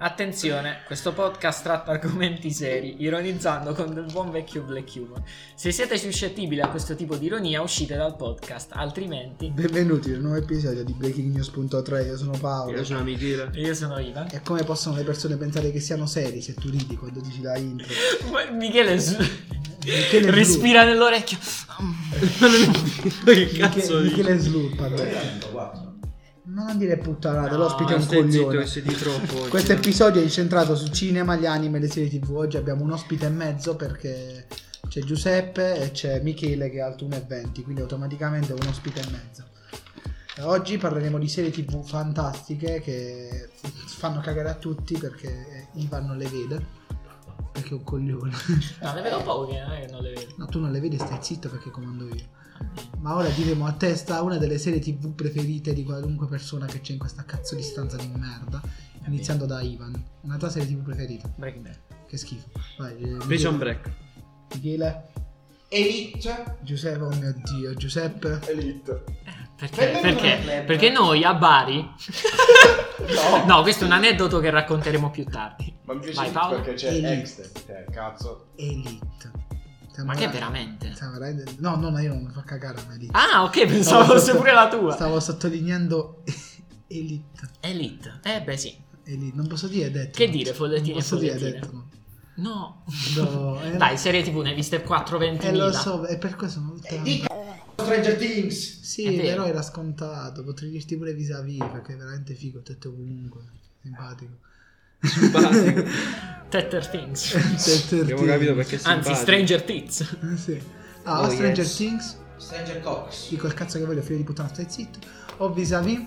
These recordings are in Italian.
Attenzione, questo podcast tratta argomenti seri, ironizzando con del buon vecchio black humor. Se siete suscettibili a questo tipo di ironia, uscite dal podcast, altrimenti... Benvenuti nel nuovo episodio di BreakingNews.3, io sono Paolo. Io sono Michele. Io sono Ivan. E come possono le persone pensare che siano seri se tu ridi quando dici la intro? Ma Michele s- Michele Slu- respira nell'orecchio. che Miche- cazzo dici? Michele Slurpa. Ma non dire puttanate, No, l'ospite è un stai zitto coglione. che sei di troppo oggi, eh. Questo no? episodio è incentrato su cinema, gli anime, le serie tv. Oggi abbiamo un ospite e mezzo perché c'è Giuseppe e c'è Michele che è alto 1,20, quindi automaticamente è un ospite e mezzo. E Oggi parleremo di serie tv fantastiche che fanno cagare a tutti perché Ivan non le vede. Perché è un coglione. No, ne vedo poche, non è che non le vedo. No, tu non le vedi, stai zitto perché comando io. Ma ora diremo a testa una delle serie tv preferite di qualunque persona che c'è in questa cazzo di stanza di merda. Iniziando da Ivan. Una tua serie tv preferita. Breaking Bad. Che schifo. Vai, eh, Michele. Prison Break. Michele. Elite. Giuseppe, oh mio dio, Giuseppe. Elite. Perché? Perché? Perché? Perché noi a Bari... No. No, questo è un aneddoto che racconteremo più tardi. Ma mi piace Vai, Elite Paolo. perché c'è Elite. Extend. Eh, cazzo. Elite. Siamo Ma che vera- veramente? siamo veramente- No, no, no, io non mi fa cagare ma Elite. Ah, ok, pensavo Stavo fosse sotto- pure la tua. Stavo sottolineando Elite. Elite. Eh beh sì. Elite. Non posso dire detto. Che dire, follettine Non posso e dire follettine. detto. No. No, eh. Dai, serie tv ne hai viste 4-20 Eh lo so, e per questo non te la- Stranger Things. Sì, È vero. però era scontato, potrei dirti pure vis-à-vis, perché è veramente figo, tetto comunque, simpatico. Simpatico. Tetter Things. Abbiamo Abbiamo capito perché sei Anzi, Stranger Things. Sì. Ah, Oh, ho Stranger yes. Things, Stranger Cox. dico il cazzo che voglio, figlio di puttana, stai zitto. Ho vis-à-vis,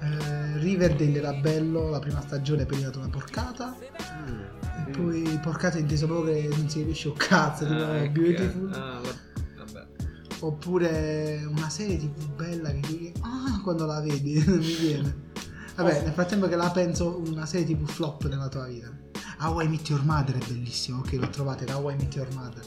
eh, Riverdale era bello, la prima stagione poi è diventata una porcata, e poi porcata inteso proprio che non si capisce un cazzo, tipo Ah, ecco. Beautiful. Ah, va- vabbè. Oppure una serie tv bella che dici ah quando la vedi mi viene. Vabbè, nel frattempo che la penso una serie tv flop nella tua vita. How I Meet Your Mother è bellissimo, ok lo trovate, da How I Meet Your Mother.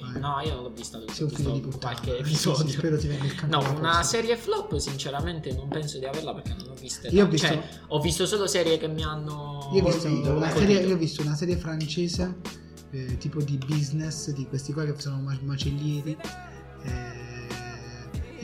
Vai. No, io non l'ho vista l'ho Sei un visto figlio di solo puttana. qualche Sì, sì, episodio. eh, spero ti venga il No, cancro alla una prossima. serie flop sinceramente non penso di averla perché non ho viste. Io ho tante. visto- Cioè, ho visto solo serie che mi hanno... Io ho visto, colpito, una colpito. serie, io ho visto una serie francese eh, tipo di business di questi qua che sono ma- macellieri. eh,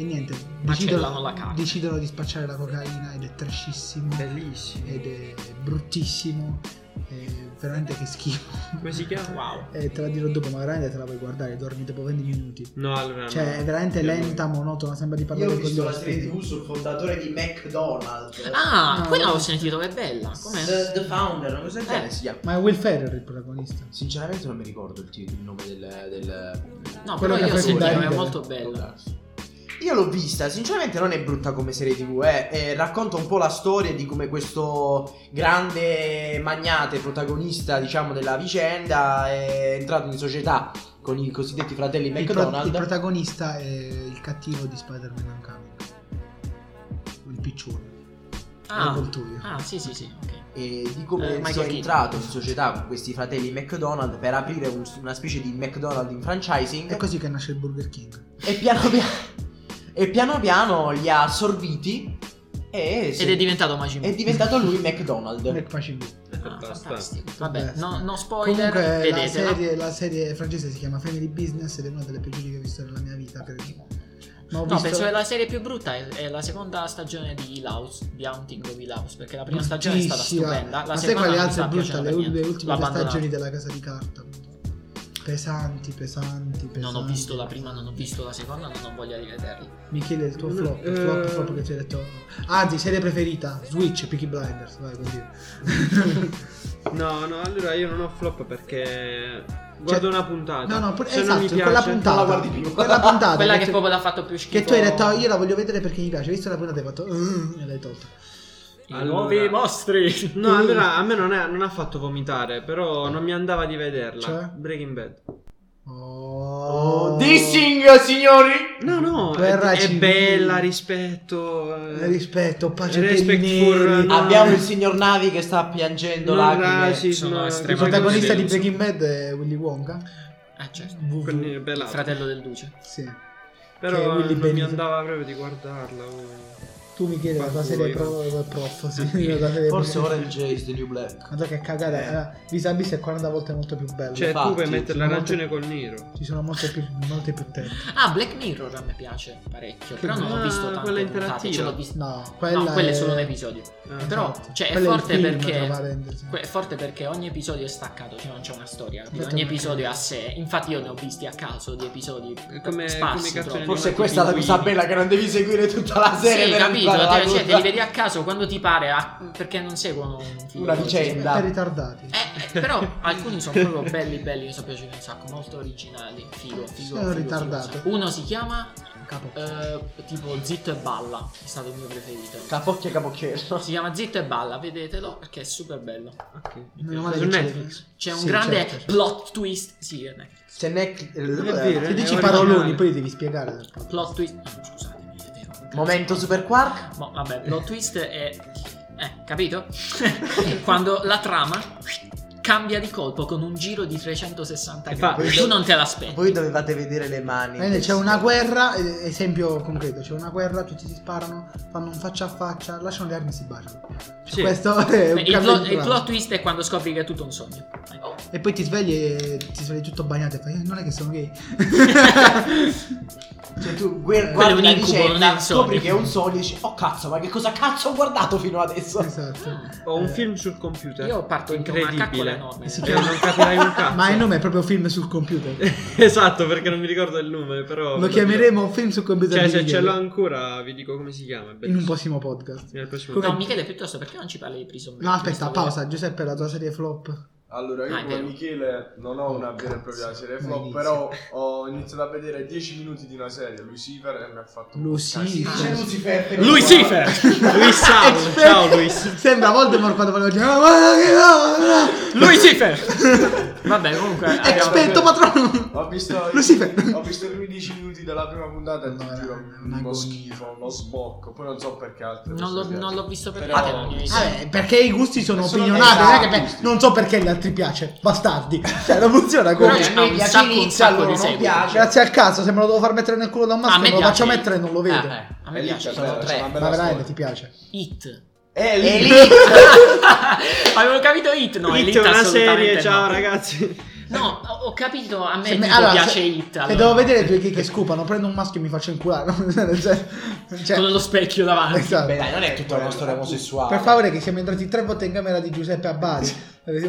e niente, Macellano decidono, la carne. decidono di spacciare la cocaina ed è trashissimo. Bellissimo. ed è bruttissimo. è veramente che schifo. Come si chiama? Wow. E te la dirò dopo, ma veramente te la puoi guardare, dormi dopo 20 minuti. No, allora no. Cioè, è veramente Io non- lenta, monotona, sembra di Io parlare ho con gli visto la serie ospiti. tv sul fondatore di McDonald's. Ah, No, quella no. eh, l'ho sentito, è bella. Com'è? The, the Founder, una cosa del Eh. genere si chiama. Ma è Will Ferrer il protagonista. Sinceramente non mi ricordo il, titolo, il nome del... del... No, però Quello che io ho fai sentito, guardare è bene. molto bella. Io l'ho vista, sinceramente non è brutta come serie tv, eh. Eh, racconta un po' la storia di come questo grande magnate protagonista, diciamo, della vicenda è entrato in società con i cosiddetti fratelli Il, pro- il McDonald's. protagonista è il cattivo di Spider-Man Homecoming. Il piccione. Ah. L'avvoltoio. Ah, sì, sì, sì, ok. e di Eh, come Michael sia Keaton. entrato in società con questi fratelli McDonald's per aprire un- una specie di McDonald's in franchising È così che nasce il Burger King. e piano piano, e piano piano li ha assorbiti e Ed è diventato Majin Buu. è diventato lui McDonald's. Nel Pacifico. Ah, Fantastico. fantastico. Vabbè, Fantastico. no, no spoiler, Comunque la vedetela. serie, la serie francese si chiama Family Business ed è una delle peggiori che ho visto nella mia vita, credo. Ma ho No, penso che la serie più brutta è, è la seconda stagione di Hill House, di Haunting of Hill House, perché la prima stagione è stata Bruttissima. stupenda, la Ma sai seconda quali non altre sta brutte? piacendo Le, per ul- le niente. ultime L'ho due abbandonata. stagioni della casa di carta. Pesanti, pesanti, pesanti. Non ho visto la prima, non ho visto la seconda, non ho voglia di vederla. Michele, il tuo Eh, flop, eh. flop, flop che ci hai detto. Anzi, serie preferita, Switch, Peaky Blinders, vai così. No, no, allora io non ho flop perché guardo una puntata. Cioè, no, no, pure, Se non esatto, mi piace, quella puntata. non la guardi più. Quella puntata. Quella che tu- proprio l'ha fatto più schifo. Ah, che tu hai detto, io la voglio vedere perché mi piace. Hai visto la puntata e hai fatto... "Mm", e l'hai tolta. I Allora. nuovi mostri. No, allora a me non, è- non ha fatto vomitare, però non mi andava di vederla. Cioè? Breaking Bad. Oh, Dissing, signori! No, no, è, Guerra è civile. bella, rispetto. eh, Rispetto, pace per i Respect neri. for- no. Abbiamo il signor Navi che sta piangendo non lacrime. racismo, sono eh, Il estremamente protagonista di deluso. Breaking Bad è Willy Wonka. Ah, certo. Quelli- VV. Il bella. fratello del duce. Sì. Però che è non Willy mi Benito. andava proprio di guardarla. oh. Tu mi chiedi la tua serie pro, la tua prof, sì, la tua serie Forse pro. Orange is the New Black. Guarda che cagata, Eh. eh. vis a vis è 40 volte molto più bello. Cioè, Infatti, tu puoi mettere la sono ragione col nero. Ci sono molte più, molte più tette. Ah, Black Mirror a me piace parecchio, però non ho Ah, visto tante quella puntate, ce l'ho interattiva. vista. No, No, quella quello è è solo un episodio. Ah, Però, esatto. cioè, è Quello è il forte film, tra perché... parentesi. que- È forte perché ogni episodio è staccato, cioè non c'è una storia, capito? Infatti Ogni è una episodio è a cagata. sé. Infatti io ne ho visti a caso di episodi È sparsi come- come i troppo. cartoni Forse Animati questa è la cosa pinguini. bella che non devi seguire tutta la serie Sì, per capito, arrivare alla te, cioè, te cosa. li vedi a caso quando ti pare, a- perché non seguono un filo, Una cioè, vicenda. Per ritardati. Eh, eh, però alcuni sono proprio belli belli, mi sono piaciuti un sacco, molto originali, figo, figo. Sono figo, ritardato. figo. Uno si chiama Capo. eh, tipo Zitto e Balla, è stato il mio preferito. Capocchia capocchiello. Si chiama Zitto e Balla, vedetelo perché è super bello. Ok. Meno male Su che c'è- Netflix. C'è un Sì, grande certo, certo. plot twist, sì, eh, è Netflix. Se ne è vero, Se eh. dici È paroloni, originale. poi li devi spiegare. plot twist, Ah, no, scusatemi, è vero. Momento super quark. Mo- vabbè, plot twist è. Eh, capito? Quando la trama cambia di colpo con un giro di 360 gradi. Infatti. Tu non te l'aspetti. Voi dovevate vedere le mani. Bene, c'è una guerra, eh, esempio concreto, c'è una guerra, tutti si sparano, fanno un faccia a faccia, lasciano le armi e si baciano. Cioè, Sì. Questo è un Il, cambio plot- di il trama. plot twist è quando scopri che è tutto un sogno. Oh, E poi ti svegli e ti svegli tutto bagnato e fai, "Eh, non è che sono gay. Cioè tu guer- Quello è un guardi la incubo, non è vicenda, un scopri sogno. che è un sogno e dici "Oh cazzo, ma che cosa cazzo ho guardato fino adesso?" esatto. Ho un Eh, film sul computer. io parto in una caccola incredibile. enorme. certo. Si E non capirai un cazzo. Ma il nome è proprio film sul computer. Esatto, perché non mi ricordo il nome, però. Lo chiameremo film sul computer. oh, Cioè, di se ce Michele l'ho ancora, vi dico come si chiama. è In un bellissimo. prossimo podcast. Nel prossimo Come- No, Michele, piuttosto, perché non ci parli di Prison Break? No, aspetta, Mi sta pausa. Giuseppe, la tua serie flop. Allora, io Ah, è come vero. Michele non ho una vera e propria Cazzo, serie ma flop, inizia. però ho iniziato a vedere 10 minuti di una serie, Lucifer, e mi ha fatto un po' Lucifer. casino. Dice Lucifer. vedere. Lucifer! Luis Saulo, ciao Luis. Sembra Voldemort quando volevo dire. "Ah, guarda che- ah, Lucifer! Vabbè, comunque. ah, abbiamo- Expecto patrono. Ho visto, Lucifer. ho visto i primi 10 minuti della prima puntata e ti No, giuro, era uno un'agonia. schifo, uno sbocco, poi non so perché altro. Non l'ho, non l'ho visto per Però- niente, non Eh, l'ho visto. Vabbè, perché i gusti sono Sono opinionali. Non, è che, esatto. beh, non so perché agli altri piace. Bastardi. Cioè, non funziona Però così. c'è un media sacco- un inizia, sacco allora di non seguiti. piace. Grazie al cazzo, se me lo devo far mettere nel culo da Ah, un A maschio, me me lo piace faccio It. mettere e non lo vedo. Eh, eh, a E me lì piace. c'è sono bella- c'è tre. una Ma bella veramente ti storia. piace. It. E Eh, E lì Elite! Avevo capito It, no, Hit Elite, è una serie, assolutamente ciao no. ragazzi. No, ho ho capito, a me Se me- tipo allora, piace se- It. Se allora. devo vedere due gay che scopano, prendo un maschio e mi faccio inculare. no? Cioè- cioè- Con lo specchio davanti. esatto. Beh, dai, non è tutta una storia omosessuale. Per favore, che siamo entrati tre volte in camera di Giuseppe a Bari.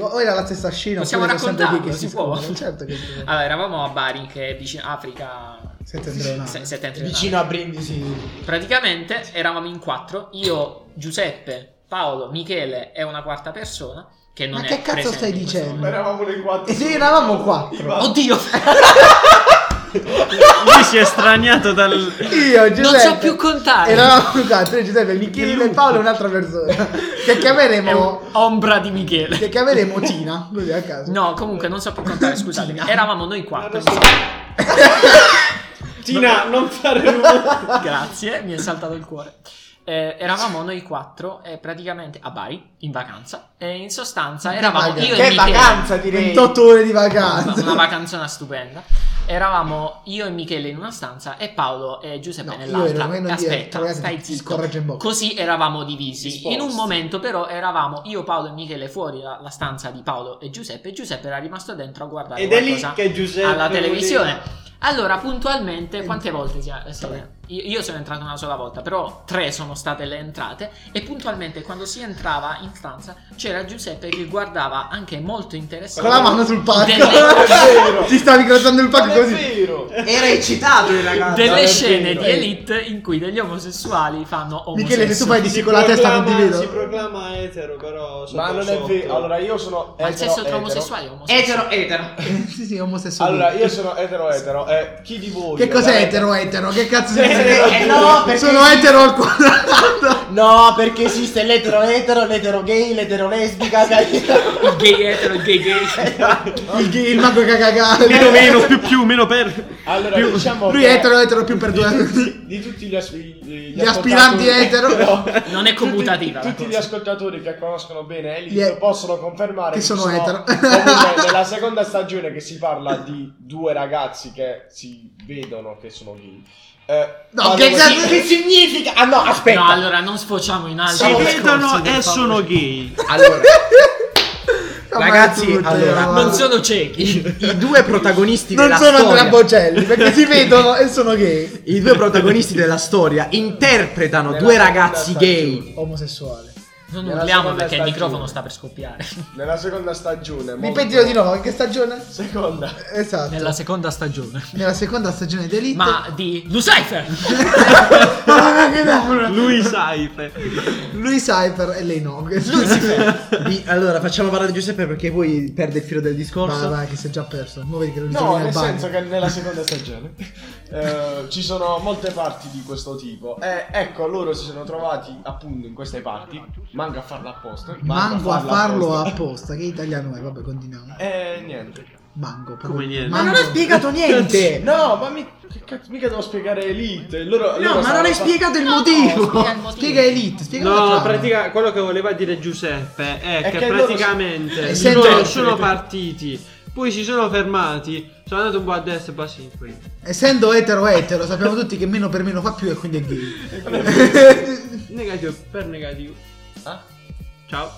O era la stessa scena. Possiamo oppure sono sempre raccontarlo, gay che si può? Ah. scoprono. Certo che si può. Allora, eravamo a Bari, che è vicino Africa Settentrionale. se- settentrionale. vicino a Brindisi. Praticamente eravamo in quattro, io, Giuseppe, Paolo, Michele e una quarta persona che non Ma è che cazzo presente stai in questo dicendo? Ma momento. Eravamo nei quattro. E se Eh eravamo quattro? Oddio, Lui si è straniato dal. Io, Giuseppe. non so più contare. Eravamo quattro, io, Giuseppe, Michele, lupo. Paolo e un'altra persona. Che È chiameremo. un'ombra di Michele. Che chiameremo Tina. Così a caso. No, comunque non so più contare, scusate. Tina. Eravamo noi quattro. Tina, non fare rumore. Grazie, mi è saltato il cuore. Eh, eravamo noi quattro eh, praticamente a Bari in vacanza e in sostanza eravamo vacanza? io e Che Michele. vacanza direi. 28 ore di Una- vacanza. Una vacanzona stupenda. Eravamo io e Michele in una stanza e Paolo e Giuseppe No, io nell'altra. ero meno dietro, Aspetta, ragazzi, stai ti scorreggia in zitto. bocca. Così eravamo divisi. Disposti. In un momento però eravamo io, Paolo e Michele fuori la, la stanza di Paolo e Giuseppe e Giuseppe era rimasto dentro a guardare Ed è lì qualcosa che Giuseppe. alla voleva- televisione. Allora, puntualmente, quante volte si- eh, si- Io, io sono entrato una sola volta, però tre sono state le entrate. E puntualmente, quando si entrava in stanza, c'era Giuseppe che guardava anche molto interessante. Con la mano sul pacco. Delle- Ti stavi crossando il Non pacco è così. vero. Era eccitato il ragazzo. Delle era scene vero. di Elite in cui degli omosessuali fanno Michele, se tu fai omosessuali. di sì con la testa non ti proclama- Si vedo. proclama etero, però. sotto Ma non è sotto. vero. Allora, io sono. Ma il etero, sesso tra etero. omosessuali è omosessuale. Etero, etero. Sì, sì, omosessuale. Allora, io sono etero etero. E chi di voi? Che cos'è veramente- etero etero? Che cazzo si Eh, eh, no, perché- Sono etero al quadrato. No, perché esiste l'etero etero, l'etero gay, l'etero lesbica. Il gay etero, il gay gay. Il, il mago cacacà. Meno, meno, più, più, meno per. Allora, Più- diciamo Lui che è etero etero più per due. tutti- di tutti gli, as- gli- gli Gli aspiranti etero. Non è commutativa. Tutti, la tutti cosa. gli ascoltatori che conoscono bene Elite Gli e- possono confermare che ci sono etero. comunque nella seconda stagione che si parla di due ragazzi che si vedono che sono gay. Eh, No, parlo che con- cazzo- Che significa? Ah no, aspetta. No, allora non sfociamo in alto. Si vedono e sono gay. Allora, No, Ragazzi, ma è tutto, allora, guarda. Non sono ciechi. i due protagonisti Non della sono storia. trabocelli perché si vedono e sono gay. I due protagonisti della storia interpretano Nella due seconda ragazzi stagione. gay. Omosessuale. Non Nella urliamo seconda perché il stagione. microfono sta per scoppiare. Nella seconda stagione. molto- Ripetilo di nuovo, in che stagione? Seconda. Esatto. Nella Nella, seconda stagione. seconda stagione di Elite. Ma di Lucifer. Ah, che davvero. Lui Saife. Lui Cypher e lei no. Vi- allora, facciamo parlare Giuseppe perché poi perde il filo del Vai, discorso. vai, che si è già perso. Mo vedi che lo ritrovi No, nel nel bagno. senso che nella seconda stagione eh, ci sono molte parti di questo tipo. E ecco, loro si sono trovati appunto in queste parti. Manco a farlo apposta. Mango a farlo apposta. apposta. Che italiano è? Vabbè, continuiamo. E niente. Mango. proprio. Come niente. Ma non ha spiegato niente. No, ma mi... che cazzo, mica devo spiegare Elite. Loro, loro No, ma non stavano hai fa- spiegato il motivo. Spiega il motivo. Spiega Elite, spiega la No, trama. pratica, quello che voleva dire Giuseppe è, È che, che loro praticamente sono- loro Essendo- sono, partiti, poi si sono fermati, sono andati un po' a destra e poi a sinistra. Essendo etero etero, sappiamo tutti che meno per meno fa più e quindi è gay. Negativo per negativo. Ah? Ciao.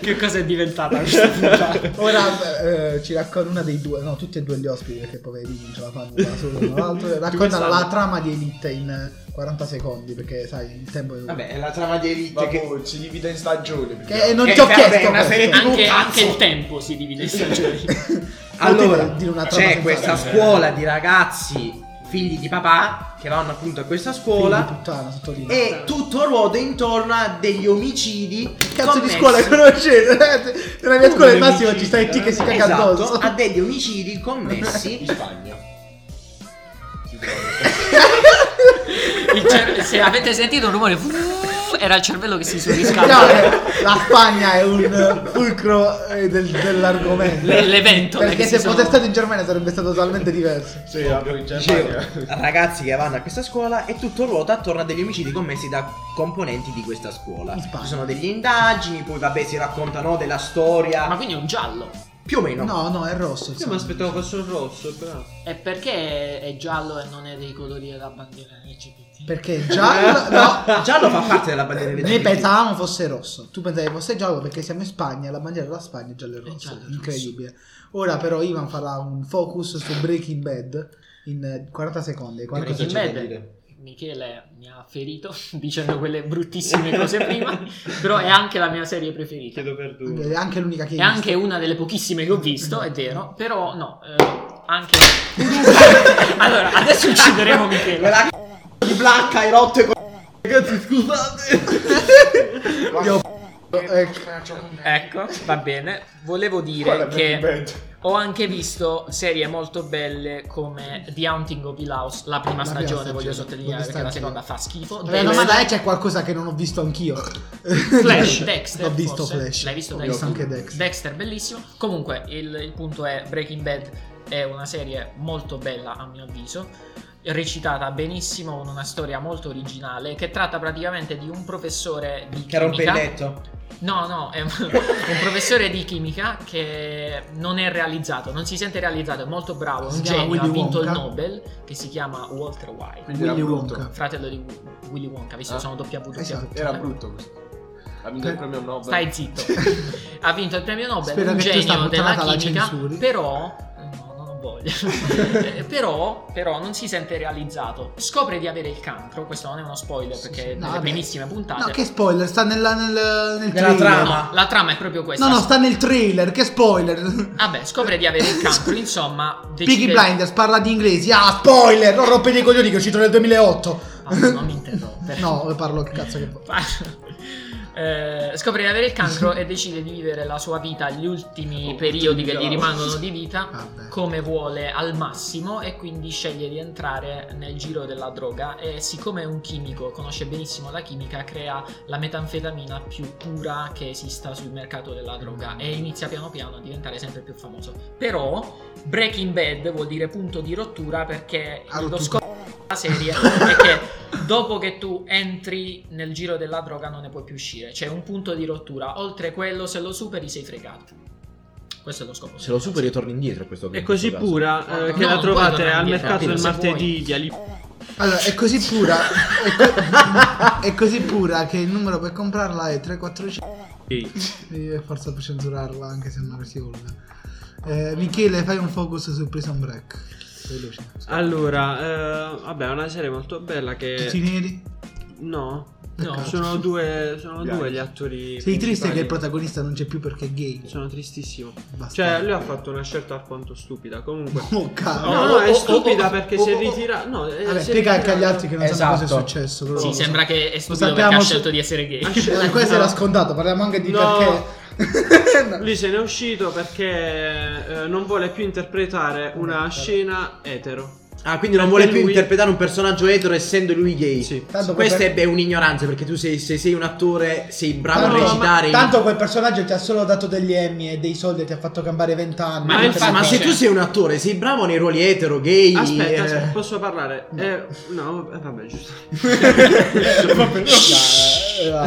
che cosa è diventata questa puntata? Ora eh, ci racconta una dei due, no, tutti e due gli ospiti perché poverini non ce la fanno da solo uno l'altro. Raccontano la stanno? trama di Elite in 40 secondi perché sai il tempo è Vabbè, è la trama di Elite Vabbè, che... si divide in stagione. più che Che eh, non Che ti ho vabbè, chiesto una serie questo. Anche, cazzo. anche il tempo si divide in stagioni. Allora, Potete dire una trama c'è senza- questa scuola di ragazzi figli di papà che vanno appunto a questa Figli di scuola. puttana, sottolineo. E tutto ruota intorno a degli omicidi. Che cazzo di commessi- scuola conoscete? Eh, Nella mia scuola al massimo ci stai ti che si caga Esatto, addosso. a degli omicidi commessi In Spagna. Si trova. Il cer- se avete sentito un rumore, vuh, era il cervello che si No, surriscalda. eh, la Spagna è un eh, fulcro eh, del- dell'argomento. Le- l'evento, Perché perché se si sono- fosse stato in Germania sarebbe stato totalmente diverso. Sì, vabbè, in Dicevo, Germania. ragazzi che vanno a questa scuola e tutto ruota attorno a degli omicidi commessi da componenti di questa scuola. In Spagna. Ci sono delle indagini, poi vabbè si raccontano della storia, Ma quindi è un giallo. più o meno. No, no, è rosso. il Io mi sangue. aspettavo fosse un rosso, però. E perché è giallo e non è dei colori della bandiera LGBT? Perché giallo. no, Giallo fa parte della bandiera Noi LGBT. pensavamo fosse rosso. Tu pensavi fosse giallo perché siamo in Spagna. La bandiera della Spagna è giallo e rosso. giallo e Incredibile. Ora, però, Ivan farà un focus su Breaking Bad in eh, 40 secondi. Qualcosa Breaking c'è da Bad. dire. Michele mi ha ferito dicendo quelle bruttissime cose prima, però è anche la mia serie preferita. Chiedo Anche- perdono. È anche l'unica che hai È anche una delle pochissime che ho visto, è vero, però no, eh, anche... allora, adesso uccideremo Michele. Quella c***o di black hai rotto e co- Ragazzi scusate. visto. Io- eh, Ecco, va bene. Volevo Qual è dire Breaking che Bad? ho anche visto serie molto belle come The Hunting of Hill House, la prima La prima stagione, stagione, voglio voglio sottolineare perché la stare seconda anch'io. fa schifo. Vabbè, no, Dexter- ma dai, c'è qualcosa che non ho visto anch'io. Flash, Dexter. Ho visto forse. Flash. L'hai visto Ho Dexter? visto anche Dexter. bellissimo. Comunque, il, il punto è Breaking Bad è una serie molto bella, a mio avviso. Recitata benissimo, con una storia molto originale che tratta praticamente di un professore di Che rompe il chimica. letto. No, no, è un un professore di chimica che non è realizzato, non si sente realizzato, è molto bravo, è Si un chiama genio, ha Willy vinto il Wonka. Nobel, che si chiama Walter White, Quindi era Willy brutto. Wonka. fratello di Wi- Willy Wonka, visto che Ah. sono WW. Esatto. Era brutto questo. Ha vinto il premio Nobel. Stai zitto. ha vinto il premio Nobel, Spero un che questa genio della puttanata la chimica, censuri. però no, non ho voglia. Eh, però, però non si sente realizzato. Scopre di avere il cancro, questo non è uno spoiler Sì, perché sì. è No, nelle vabbè. primissime puntate. No, che spoiler, sta nella, nel, nel Nella trailer. trama. No, la trama è proprio questa. No, no, sta nel trailer, che spoiler. Vabbè, scopre di avere il cancro, insomma, Peaky Blinders parla di inglesi. Ah, spoiler! Non rompete i coglioni che è uscito nel 2008. Ah, non mi interrompere. No, parlo che cazzo che fa. Eh, scopre di avere il cancro e decide di vivere la sua vita, gli Oh, ultimi periodi che gli rimangono di vita, Vabbè. come vuole al massimo e quindi sceglie di entrare nel giro della droga e siccome è un chimico, conosce benissimo la chimica, crea la metanfetamina più pura che esista sul mercato della droga e inizia piano piano a diventare sempre più famoso. Però Breaking Bad vuol dire punto di rottura perché Ha lo rotto scopo della serie è che dopo che tu entri nel giro della droga non ne puoi più uscire, c'è un punto di rottura, oltre quello se lo superi sei fregato. Questo è lo scopo. Se lo superi e torni indietro a questo È punto, così in questo pura eh, No, che la poi trovate torna al indietro, mercato del se vuoi. martedì di Ali. Allora, è così pura. È, co- è così pura che il numero per comprarla è 345. Io forza per censurarla anche se non si vuole. Eh, Michele, fai un focus su Prison Break. Veloce. Allora, eh, vabbè, è una serie molto bella Tutti Eh, che... neri. No, No. no, sono due, sono due gli eh, attori Sei triste principali. che il protagonista non c'è più perché è gay. Cioè, Sono tristissimo. Bastardo. Cioè, lui ha fatto una scelta alquanto stupida, comunque... Oh, cavolo. No, no, Oh, oh, è oh, stupida oh, perché oh, si oh, è oh. ritirata... No, eh, Vabbè, si è spiega anche agli ritirata- altri che non sanno cosa è Esatto. successo. però Sì, lo so. sembra che è stupido perché sappiamo ha su- scelto di essere gay. Ha scelto- Eh, questo no. era scontato, parliamo anche di No. perché. No. Lui se n'è uscito perché eh, non vuole più interpretare una scena etero. caso. Ah, quindi non Perché vuole più lui- interpretare un personaggio etero essendo lui gay. Sì. Tanto Questa quel è, beh, un'ignoranza perché tu sei, se sei un attore, sei bravo Tanto- a ma- recitare. in- Tanto quel personaggio ti ha solo dato degli Emmy e dei soldi e ti ha fatto campare vent'anni. Ma Mentre- infatti- Ma se tu sei un attore, sei bravo nei ruoli etero, gay. Aspetta, eh, aspetta, posso parlare? Eh, no, eh, vabbè, giusto. Dai, vai,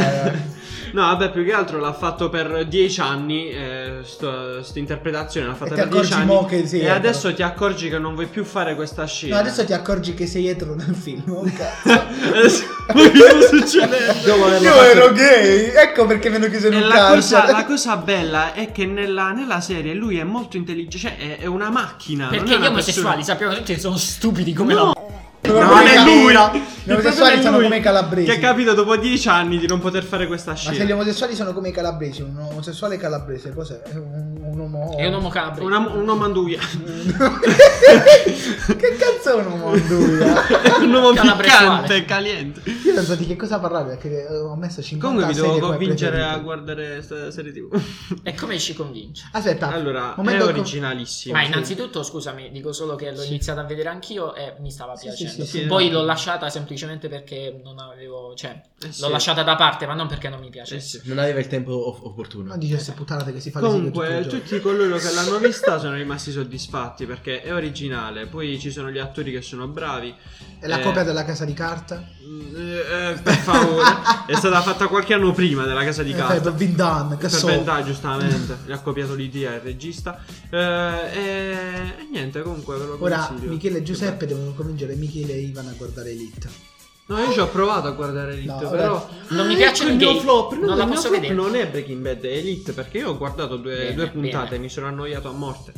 vai. No, vabbè, più che altro l'ha fatto per dieci anni. eh, sto- Sta interpretazione l'ha fatta ti per dieci accorgi mo anni. che sì, e eh, adesso ti accorgi che non vuoi più fare questa No, scena. adesso ti accorgi che sei etero nel film. oh, cazzo. Adesso- Ma che sta succedendo? Io ero gay, ecco perché mi hanno chiuso in E un Eh, la cosa, carcere. la cosa bella è che nella, nella serie lui è molto intelligente, cioè è, è una macchina. non è Perché gli una omosessuali persona. sappiamo tutti che sono stupidi come la Sono No, come è i lui. calabresi. Il Gli Il problema omosessuali è sono lui come i calabresi. Che ha capito dopo dieci anni di non poter fare questa Ma se gli scena. omosessuali sono come i calabresi, un omosessuale calabrese cos'è? È un, un uomo. È un uomo calabrese. Una, un uomo anduia. che cazzo è un uomo anduia? un uomo Calabresuale. piccante, caliente. Io non so di che cosa parlare perché eh, ho messo 50 Comunque vi devo serie come convincere a preferite. guardare questa serie TV. E come ci convince? Aspetta, Allora, è momento con- originalissimo. Ma innanzitutto, scusami, dico solo che l'ho iniziata a vedere anch'io e mi stava Sì, piacendo. sì, sì, sì. Poi l'ho lasciata semplicemente perché non avevo. cioè, Eh sì. l'ho lasciata da parte, ma non perché non mi piace. Eh sì. Non aveva il tempo off- opportuno. Non dice queste puttanate che si fa Comunque, tutto il tutti coloro che l'hanno vista sono rimasti soddisfatti perché è originale. Poi ci sono gli attori che sono bravi. giorno. È la eh, copia della casa di carta. Mm, eh, eh, per favore, è stata fatta qualche anno prima della casa di Eh, carta. per Vin Damme, che Per so. Van Damme, giustamente, gli ha copiato l'idea il regista. Eh, e, e niente, comunque ve lo Ora consiglio. Michele e Che Giuseppe devono convincere Michele e Ivan a guardare Elite. bello. No, io ci ho provato a guardare Elite, No, però. Non mi Ah, piacciono ecco i il gay. mio flop. No, Non la il mio posso flop vedere. Non è Breaking Bad, è Elite, perché io ho guardato due, Bene, due puntate bene. e mi sono annoiato a morte.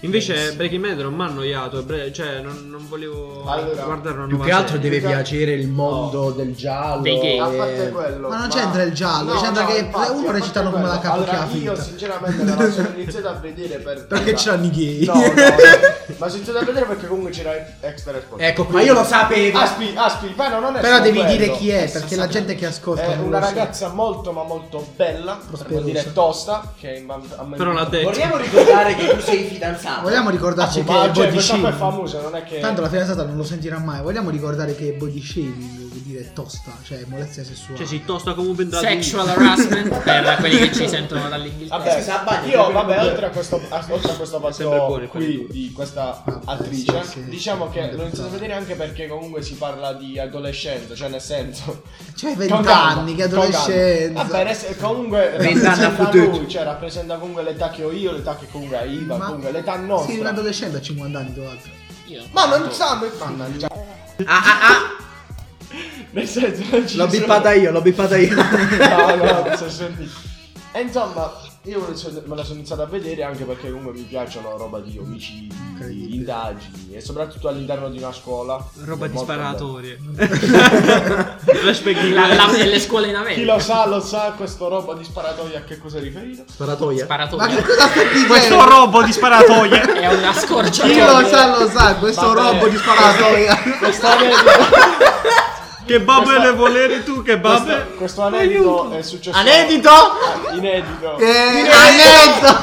Invece Breaking Bad non mi ha annoiato, bre- cioè non, non volevo Allora, guardare una Più nuova che altro serie. deve Più che- piacere il mondo Oh. del giallo. Dei gay. e- A parte quello, Ma non c'entra il giallo, c'entra che infatti, uno a parte recitano come quello. la capocchia Allora, io finta. sinceramente me la sono iniziata a vedere per Perché prima. c'erano i gay? No, no, no. Ma sono iniziato a vedere perché comunque c'era extra response. Ecco, ma io lo sapevo. Aspi, Aspi, però non è Eh, Però solo devi quello. dire chi è, perché la gente che ascolta È non una lo sa. ragazza molto ma molto bella, per non dire Prosperosa. tosta, che ma- a me Però l'ha detto. Vogliamo ricordare che tu sei fidanzato. Vogliamo ricordarci che Ma, è cioè, body questa qua è eh. shaming. famosa, non è che- Tanto la fidanzata non lo sentirà mai. Vogliamo ricordare che è body shaming vuol dire tosta, cioè molestia sessuale. Cioè, si tosta come un pendato. Sexual harassment per quelli che ci sentono dall'Inghilterra. Vabbè, Eh, si abbaglia, Ah, io sempre vabbè, buono. oltre a questo, a- oltre a questo Sempre buono, fatto infatti, qui buono. di questa Ah, attrice, sì, sì. diciamo che l'ho iniziato a Esatto. vedere anche perché comunque si parla di adolescenza, cioè nel senso... Cioè con 20 calma, anni, che con calma. adolescenza. Vabbè, nel- comunque 20 anni a rappresenta futuro. lui, cioè rappresenta comunque l'età che ho io, l'età che comunque ha Ivan, Ma- comunque l'età Sì, un nostra. Eh, adolescente a 50 anni, tra l'altro. Io- ma non sanno, mannaggia. diciamo. Ah, ah, ah. Nel senso, non ci L'ho sono- bippata io, l'ho bippata io. No, no, non so sentire. E insomma, io me la so- me la sono iniziata a vedere anche perché comunque mi piacciono roba di omicidi, Incredibile. di indagini e soprattutto all'interno di una scuola. Roba È di molto bello. sparatorie. Flashback di La, la, delle scuole in Chi America. lo sa, lo sa, questo roba di sparatoria a che cosa è riferito? Sparatoia. Ma che Sparatoria. cosa stai dicendo? Questo robo di sparatoie. È una scorciatoia. Chi lo sa, lo sa, questo Vabbè. robo di sparatoria. Questo aneddoto, Che babbe le voleri tu, che babbe? questo, questo aneddoto è successo. Ah, Anedito! Inedito! Eh, aneddoto!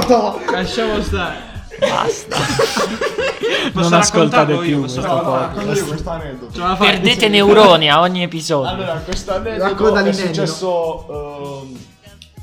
Aneddoto! Lasciamo stare. Basta. Non Posso ascoltate raccontarlo io, più posso questo No, raccontarlo. no, racconta io questo aneddoto. Ce la fai? Perdete neuroni a ogni episodio. Allora, questo aneddoto Racconta è l'inedito. successo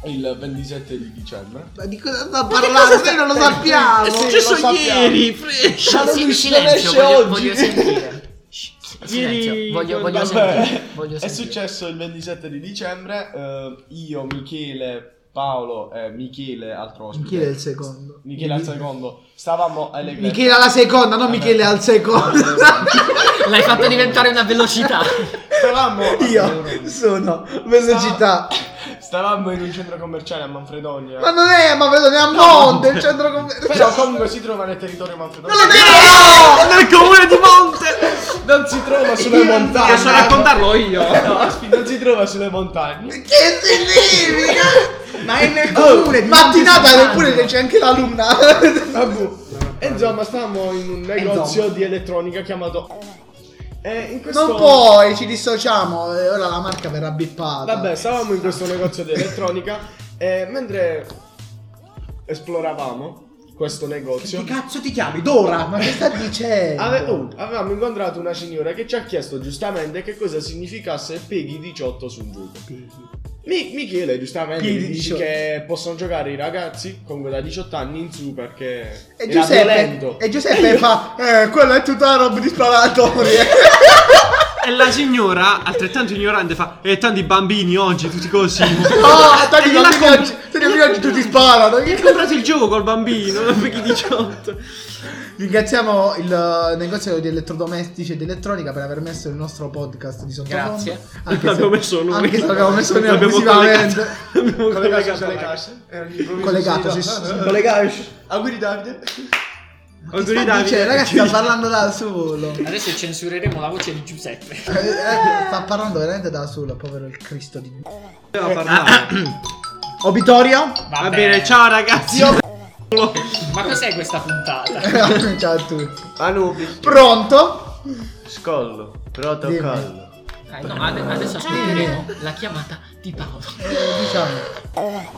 ehm, il 27 di dicembre. Ma di cosa sta parlando? Noi non lo sappiamo! Sì, È successo lo sappiamo. ieri, fresh. Shh, Ma non sì, mi silenzio, esce voglio, oggi. voglio sentire. Shh, Ieri- Silenzio, voglio, voglio Vabbè, sentire. Voglio è sentire. successo il 27 di dicembre. eh, io, Michele, Paolo e Michele, altro ospite. Michele è il secondo. Michele al secondo. Stavamo alle Glebe. Michele alla seconda, non Michele al secondo. L'hai fatto diventare una velocità. Stavamo Io sono velocità. Stavamo in un centro commerciale a Manfredonia. Ma non è, ma vedo, è a Monte, il centro cioè, Però commerciale. comunque si trova nel territorio Manfredonia. No! Nel comune di Monte! Non si trova sulle montagne. Io so raccontarlo io. Non si trova sulle montagne. Che significa? Ma è nel Oh, comune di mattinata Montesilvano. neppure che c'è anche l'alumna. Vabbù. E insomma, stavamo in un negozio di elettronica chiamato. E in questo Non puoi, ci dissociamo. e Ora la marca verrà bippata. Vabbè, stavamo in questo negozio di elettronica e mentre esploravamo questo negozio Che cazzo ti chiami? Ah, Dora, ma che sta dicendo? ave- oh, avevamo incontrato una signora che ci ha chiesto giustamente che cosa significasse Peggy 18 su un gioco. Mi- Michele giustamente Peggy gli dice 18. che possono giocare i ragazzi comunque da 18 anni in su perché E era Giuseppe, violento. e Giuseppe fa, eh, quella è tutta roba di sparatorie. E la signora, altrettanto ignorante, fa: E tanti bambini oggi, tutti così. No, Oh, tanti E la bambini com- oggi, tanti bambini oggi tutti sparano. Hai comprato il gioco col bambino, da Peggy 18. Ringraziamo il eh, negozio di elettrodomestici ed elettronica per aver messo il nostro podcast di sottofondo. Grazie. Anche L'abbiamo messo noi. Anche se l'abbiamo messo noi L'abbiamo abusivamente. Abbiamo Collegato collegato sulle la casse. Collegato, sì, sì. Collega- Auguri Davide. Auguri Sta Davide. dicendo, ragazzi, sta parlando da solo. Eh, Adesso censureremo la voce di Giuseppe. eh, sta parlando veramente da solo, povero il Cristo di Doveva parlare. Obitorio. Va, Va bene, ciao ragazzi. Ma cos'è questa puntata? Ciao a tutti. Anubi. Pronto? Scollo. Protocollo. Eh, no, ade- adesso ascolteremo la chiamata di Paolo. Eh, diciamo.